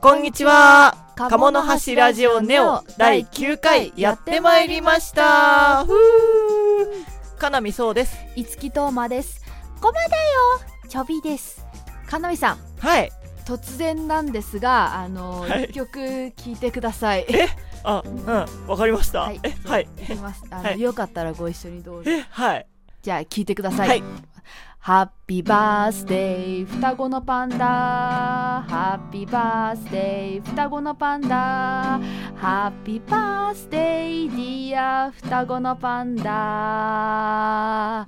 こんにちは鴨の橋ラジオネオ第9回やってまいりましたふーかなみそうですいつきとうまですこまだよちょびですかなみさんはい突然なんですがあの一、はい曲聞いてくださいあうんわかりましたはいえはいいきますあの、はいよかったらご一緒にどうぞえはいじゃあ聞いてください、はいハッピーバースデー双子のパンダハッピーバースデー双子のパンダハッピーバースデーディア双子のパンダ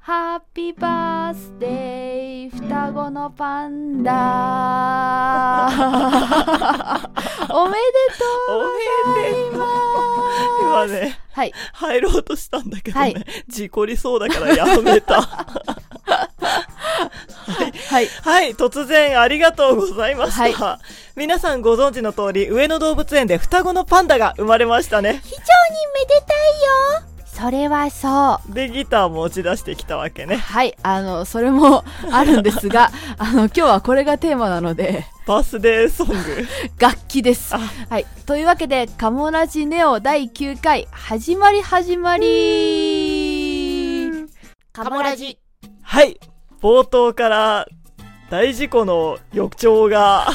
ハッピーバースデー双子のパン ダおおめめででとうございます今ねはい入ろうとしたんだけどはねい事故りそうだからやめた はいはい突然ありがとうございました、皆さんご存知の通り上野動物園で双子のパンダが生まれましたね非常にめでたいよそれはそでギターも打ち出してきたわけうねはいあのそれも あるんですがあの今日はこれがテーマなので バースデーソング楽器ですあはいというわけで「カモラジネオ第9回」始まり始まりカモラジはい冒頭から大事故の予兆が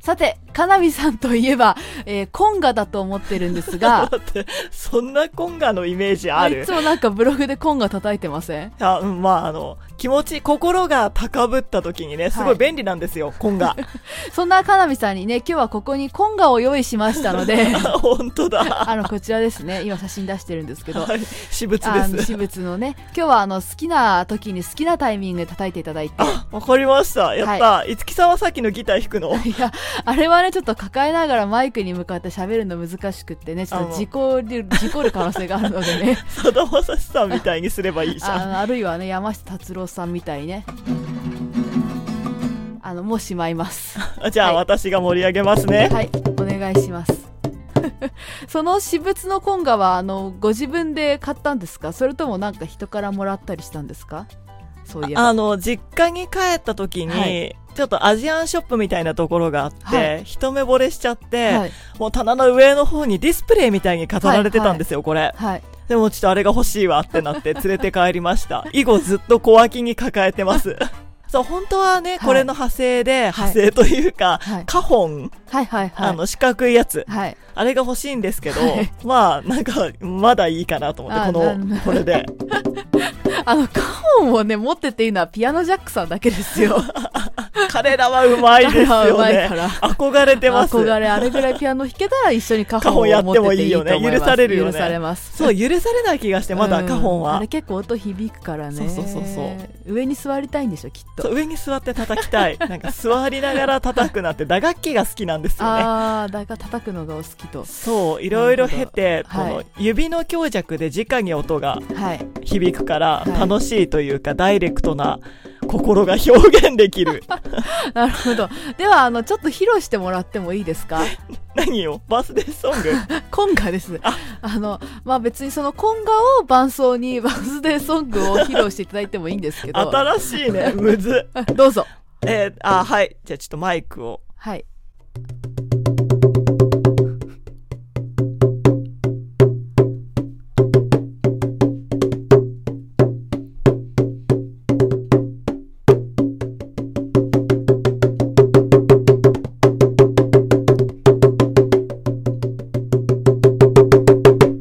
さてかなみさんといえば、えー、コンガだと思ってるんで す がだってそんなコンガのイメージあいるつもなんかブログでコンガ叩いてませんあうんまああの気持ち心が高ぶった時にねすごはいい便利なんですよ、コン ガそんなかなみさんにね今日はここにコンガを用意しましたの で 本当だあのこちらですね今写真出してるんですけどはい私物あでのす私物のね 今日はあの好きな時に好きなタイミングで叩いていただいてあわかりましたやった、い、つきさんはさっきのギター弾く の いやあれはねちょっと抱えながらマイクに向かって喋るの難しくってねちょっと事故る 事故る可能性があるのでねさだまさしさんみたいにすれ ばいいじあゃんのあるいはね山下達郎さんみたいにねあのもうしまいますあじゃあ、はい私が盛り上げますねはいお願いします その私物のコンガはあのご自分で買ったんですかそれともなんか人からもらったりしたんですかそういえばあの実家に帰った時に、はいちょっとアジアンショップみたいなところがあって、は一目惚れしちゃって、はいもう棚の上の方にディスプレイみたいに飾られてたんですよ、こはいれでもちょっとあれが欲しいわってなって連れて帰りました 以後ずっと小脇に抱えてますそう本当はね、はいこれの派生で派生というか、はいカホン、はいはいはいあの四角いやつはいあれが欲しいんですけど、はいまあなんかまだいいかなと思ってあこなのんこれであの、カホンをね、持ってっていいのはピアノジャックさんだけです よ。彼らはうまいです彼らはうよまいねから憧れてます憧れ、あれぐらいピアノ弾けたら一緒にカホンを持ってっていいとカホンやっ思います。てもいいよね許されるよね許されます。そう、許されない気がして、まだうんカホンあはれ。結構音響くからね。。そうそうそうそう上に座りたいんでしょ、きっそと。う上に座って叩きたい。なんか座りながら叩くなって、打楽器が好きなんですよね。あー、だから叩くのがお好きと。そう、いろいろ経て、こなるほどのはい指の強弱で直に音がはい。響くから、はい楽しいというか、ダイレクトな心が表現できる。なるほど。では、あの、ちょっと披露してもらってもいいです か何よ、バースデーソング。コンガです。あの、まあ別にそのコンガを伴奏にバースデーソングを披露していただいてもいいんですけど。新しいね、むず。どうぞ。えーあ、はい。じゃあちょっとマイクを。はい。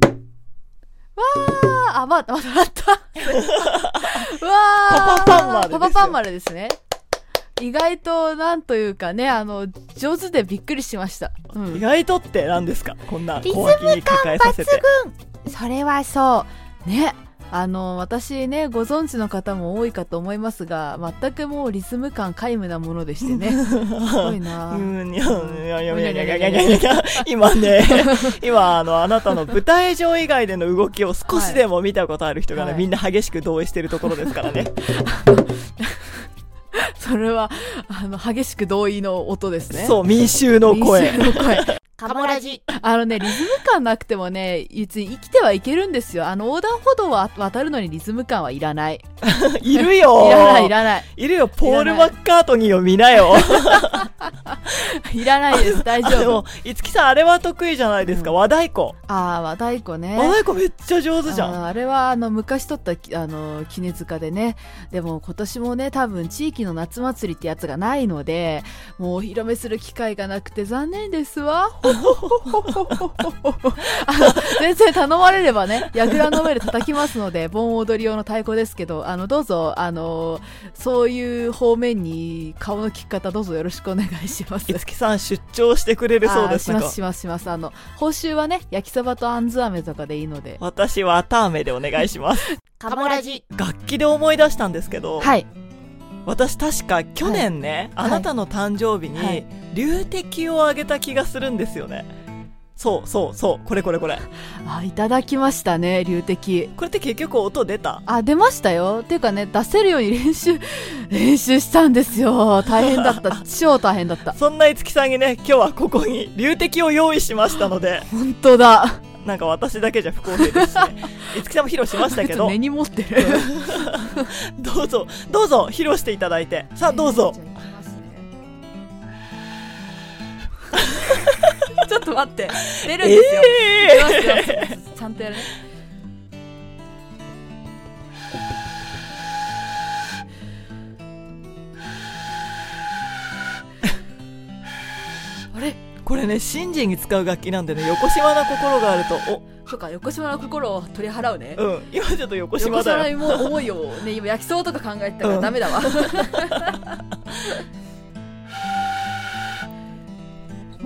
わーあ、ま、また、また。わーパパパンマ ルですよパパパンマルですね。意外となんというかねあの上手でびっくりしました、う意ん、外とって何ですかこんなリズ小ム脇に抱えさせて。それはそうねあの私ねご存知の方も多いかと思いますが全くもうリズム感皆無なものでしてねすごいな、 うんにゃんにゃんにゃんにゃんにゃんにゃんにゃんにゃんにゃん今ね、今、あの、あなたの舞台上以外での動きを少しでも見たことある人がね、はいみんな激しく同意してるところですからね。それはあの激しく同意の音ですねそう、民衆の声。 民衆の声カモラジ。あのね、リズム感なくてもね、別に生きてはいけるんですよ。あの横断歩道は渡るのにリズム感はいらない。いるよいらない、いらない。いるよ、ポール・マッカートニーを見なよ。いらないです、大で丈も夫。、いつきさんあれは得意じゃないですか、うん和太鼓。ああ、和太鼓ね。和太鼓めっちゃ上手じゃん。あーあれはあの昔撮ったきあの絹塚でねでも今年もね多分地域の夏祭りってやつがないのでもうお披露目する機会がなくて残念ですわ ほほほほほほほほあの全然頼まれればね櫓の上で叩きますので盆踊り用の太鼓ですけどあのどうぞあのそういう方面に顔の利き方どうぞよろしくお願いしますいつきさん出張してくれるそうですあなーしんまかすしますしますあの報酬はね焼きそばとあんず飴とかでいいので私はターメでお願いします。カモラジ。楽器で思い出したんですけど、はい私確か去年ね、はいあなたの誕生日に、はい流滴をあげた気がするんですよね。そうそうそう、これこれこれ。あいただきましたね流滴これって結局音出たあ出ましたよっていうかね出せるように練習 練習したんですよ大変だった 超大変だったそんないつきさんにね、今日はここに流滴を用意しましたの で、本当だなんか私だけじゃ不公平 ですしね。いつきさんも披露しましたけど根、に持ってるどうぞ、どうぞ、披露していただいて。さあ、どうぞ。 ちょっと待って出るんえですよ、えーちゃんとやるね あれこれね、新人に使う楽器なんでね、横島な心があると、そうか横島の心を取り払うね、お、うん、今ちょっと横横島島だのよ。芋思いをね今焼きそばとか考えてたかうらんダメだ わ、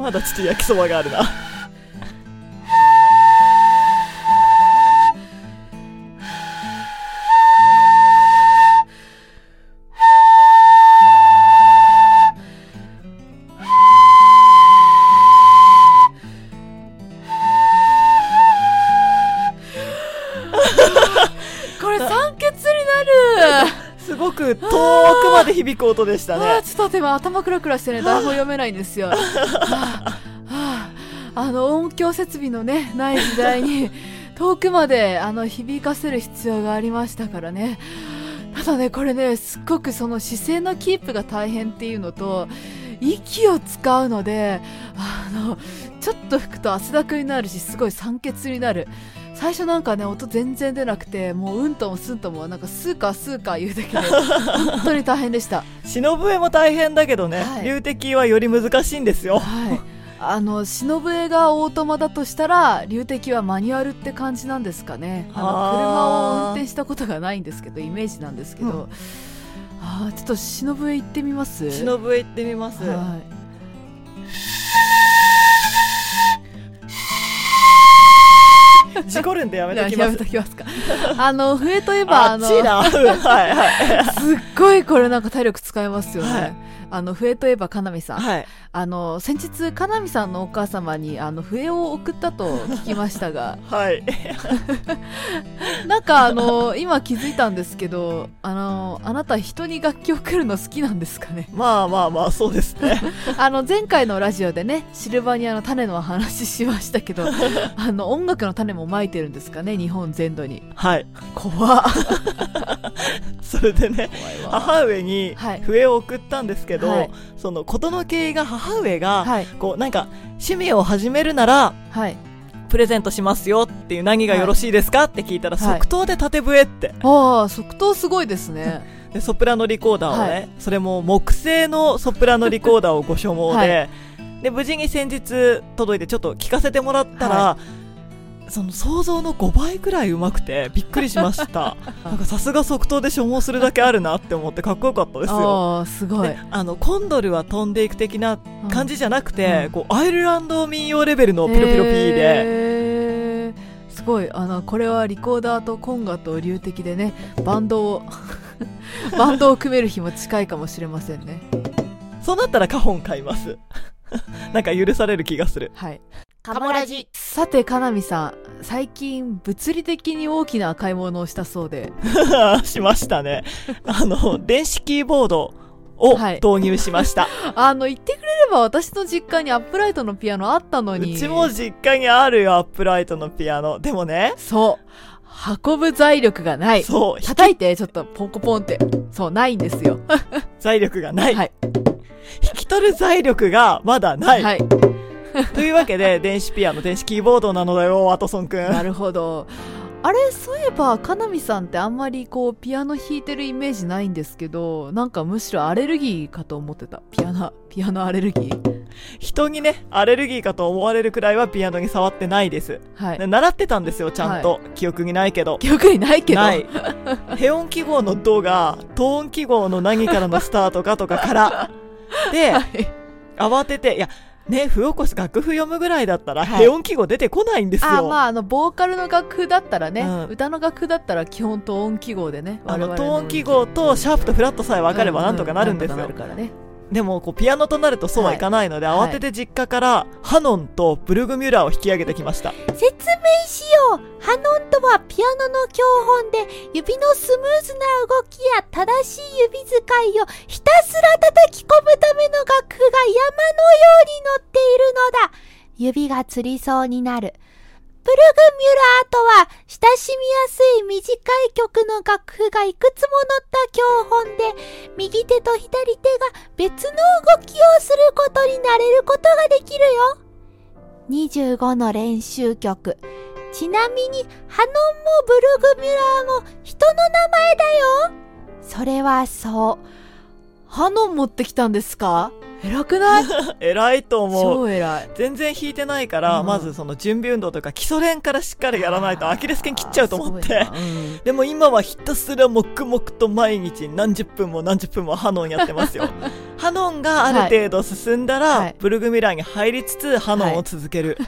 まだちょっと焼きそばがあるな。これ酸欠になるすごく遠くまで響く音でしたあーね。ちょっと待って今頭クラクラしてね台本読めないんですよはあはああの音響設備のねない時 代に遠くまであの響かせる必要がありましたからねただねこれねすっごくその姿勢のキープが大変っていうのと息を使うのであのちょっと吹くと汗だくになるしすごい酸欠になる最初なんかね音全然出なくてもううんともすんともなんかスーカースーカー言うだけで本当に大変でした忍笛も大変だけどね、はい流滴はより難しいんですよ。はい。あの忍笛がオートマだとしたら流滴はマニュアルって感じなんですかねあのあー車を運転したことがないんですけどイメージなんですけど、うんあーちょっと忍笛行ってみます忍笛行ってみます。はい事故るんでやめときまやすめと。きますかあの笛といえばああっのち だ。はいはい。すっごいこれなんか体力使えますよね、はいあの笛といえばかなみさん、はい。あの先日かなみさんのお母様にあの笛を送ったと聞きましたがはい。なんかあの今気づいたんですけどあのあなた人に楽器を送るの好きなんですかねまあまあまあ、そうですね。あの前回のラジオでねシルバニアの種の話しまし たけどあの音楽の種もまいてるんですかね日本全土にはい。 怖っそれでね、怖いわ母上にはい笛を送ったんですけど、はいその事の経緯が母上が、はいこうなんか趣味を始めるならはいプレゼントしますよっていう何がよろしいですか、って聞いたらはい即答で縦笛って、ああ即答すごいですねでソプラノリコーダーをね、はそれも木製のソプラノリコーダーをご所望で、で無事に先日届いてちょっと聞かせてもらったら、はその想像の5倍くらいうまくてびっくりしました なんかさすが即答で所望するだけあるなって思ってかっこよかったですよああすごいであのコンドルは飛んでいく的な感じじゃなくて、うんこうアイルランド民謡レベルのピロピロピーで、へーすごいあのこれはリコーダーとコンガと流的でねバンドを バンドを組める日も近いかもしれませんねそうなったらカホン買います なんか許される気がするはいカモラジさてかなみさん最近物理的に大きな買い物をしたそうで しましたねあの電子キーボードをはい導入しました、あの言ってくれれえば私の実家にアップライトのピアノあったのうに。ちも実家にあるよ、アップライトのピアノ。でもね、そう。運ぶ財力がない。そう、叩いて、ちょっとポコポンって。そう、ないんですよ。財力がない。はい引き取る財力がまだない。はい。というわけ で、電子ピアノ、電子キーボードなのだよ、ワトソンくん。なるほど。あれ、そういえば、かなみさんってあんまりこう、ピアノ弾いてるイメージないんですけど、なんかむしろアレルギーかと思ってた。ピアノ、ピアノアレルギー。人にね、アレルギーかと思われるくらいはピアノに触ってないです。はい。ね習ってたんですよ、ちゃんと。記憶にないけど。記憶にないけど。ない。ヘ音記号のドが、トーン記号の何からのスタートかとか から。で、はい慌てて、いや、ね、譜起こし楽譜読むぐらいだったら、はいヘ音記号出てこないんですよ。あまああのボーカルの楽譜だったらね、うん歌の楽譜だったら基本トーン記号でねあの、我々トーン記号とシャープとフラットさえ分かればなんとかなるんですうよう。なんとかなるからねでも、こう、ピアノとなるとそうはいかないので、はい慌てて実家から、ハノンとブルグミュラーを引き上げてきました。説明しようハノンとはピアノの教本で指のスムーズな動きや正しい指使いをひたすら叩き込むための楽譜が山のように乗っているのだ指がつりそうになる。ブルグミュラーとは親しみやすい短い曲の楽譜がいくつも載った教本で右手と左手が別の動きをすることになれることができるよ。25の練習曲。ちなみに、ハノンもブルグミュラーも人の名前だよ。それはそう。ハノン持ってきたんですか偉 くない偉いと思う。超偉い全然弾いてないから、うんまずその準備運動とか基礎練からしっかりやらないとアキレス腱切っちゃうと思っすごいてな。うんでも今はひたすら黙々と毎日何十分も何十分もハノンやってます よ。ハノンがある程度進んだら、はいブルグミラーに入りつつハノンを続ける。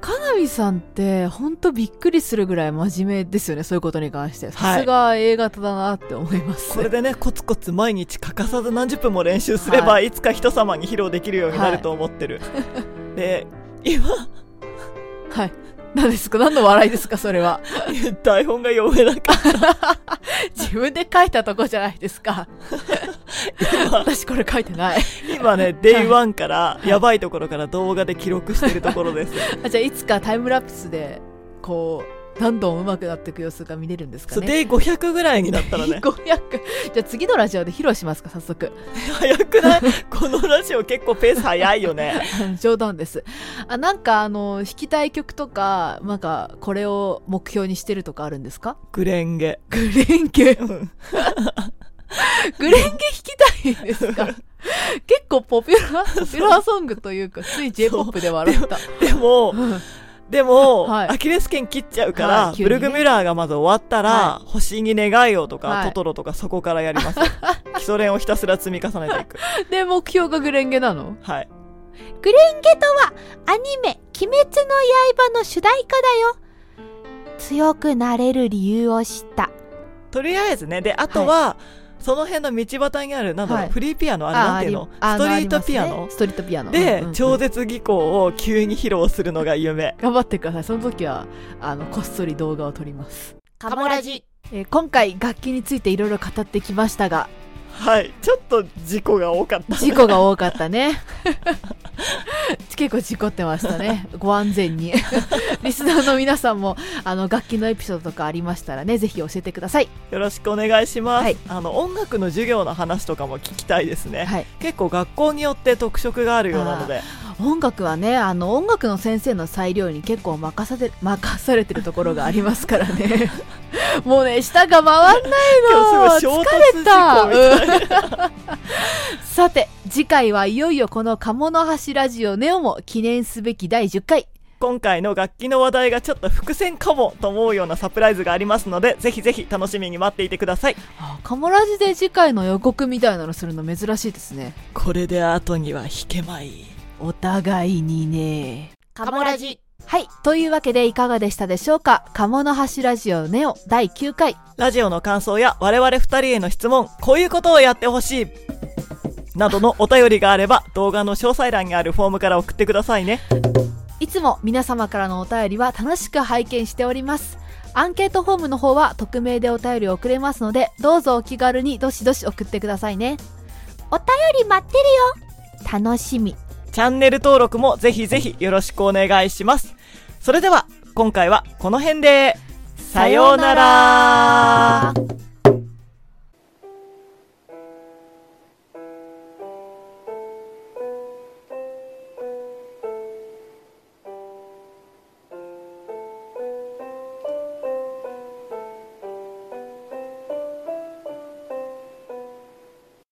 かなみさんって本当びっくりするぐらい真面目ですよねそういうことに関してはいさすが A 型だなって思いますこれでね、コツコツ毎日欠かさず何十分も練習すれば、、はいつか人様に披露できるようになると思ってる。で、今、はい何ですか何の笑いですかそれは台本が読めなかっ自分で書いたとこじゃないですかた。私これ書いてない今ね、デイワンから、やばいところから動画で記録してるところです。あじゃあいつかタイムラプスでこうどんどん上手くなっていく様子が見れるんですかそう、ねデイ500ぐらいになったら ね、 500じゃあ次のラジオで披露しますか 早速早くないこのラジオ結構ペース早いよね。冗談ですあなんかあの弾きたい曲とかなんかこれを目標にしてるとかあるんで すかグレンゲ。グレンゲうんグレンゲ弾きたいんです か結構ポピュラーポピュラーソングというかつい J-POP で笑ったでも、でも、はいアキレス腱切っちゃうから、はい急ブにねルグミュラーがまず終わったら、は星に願いをとか、はいトトロとかそこからやります。基 礎練をひたすら積み重ねていく。で目標がグレンゲなのはい。グレンゲとはアニメ「鬼滅の刃」の主題歌だよ。強くなれる理由を知った。とりあえずね、で、あとは、その辺の道端にある、なんだろう、はいフリーピアノ、あれなんていうのああストりリあートありピアますねノストリートピアノで、うんうん超絶技巧を急に披露するのが夢。頑張ってくださいその時はあのこっそり動画を撮ります、カモラジ。えー今回楽器についていろいろ語ってきましたが はい。ちょっと事故が多かった。事故が多かったね結構事故ってましたね ご安全にリスナーの皆さんもあの楽器のエピソードとかありましたらねぜひ教えてくださいよろしくお願いします。はいあの、音楽の授業の話とかも聞きたいですね。はい結構学校によって特色があるようなので。音楽はねあの音楽の先生の裁量に結構任され任されてるところがありますから ねもうね舌が回んない今の 日すごい衝突疲れた事故みたいな。 さて次回はいよいよこの「鴨の橋ラジオネオ」も記念すべき第10回今回の楽器の話題がちょっと伏線かもと思うようなサプライズがありますので、ぜひぜひ楽しみに待っていてください。鴨ラジで次回の予告みたいなのするの珍しいですねこれで後には弾けまい。お互いにねカモラジ。はいというわけでいかがでしたでしょうか「鴨の橋ラジオネオ」第9回ラジオの感想や我々二人への質問、こういうことをやってほしい。などのお便りがあれば動画の詳細欄にあるフォームから送ってくださいね。いつも皆様からのお便りは楽しく拝見しております。アンケートフォームの方は匿名でお便りを送れますので、どうぞお気軽にどしどし送ってくださいね。お便り待ってるよ楽しみチャンネル登録もぜひぜひよろしくお願いします。それでは、今回はこの辺で、さようなら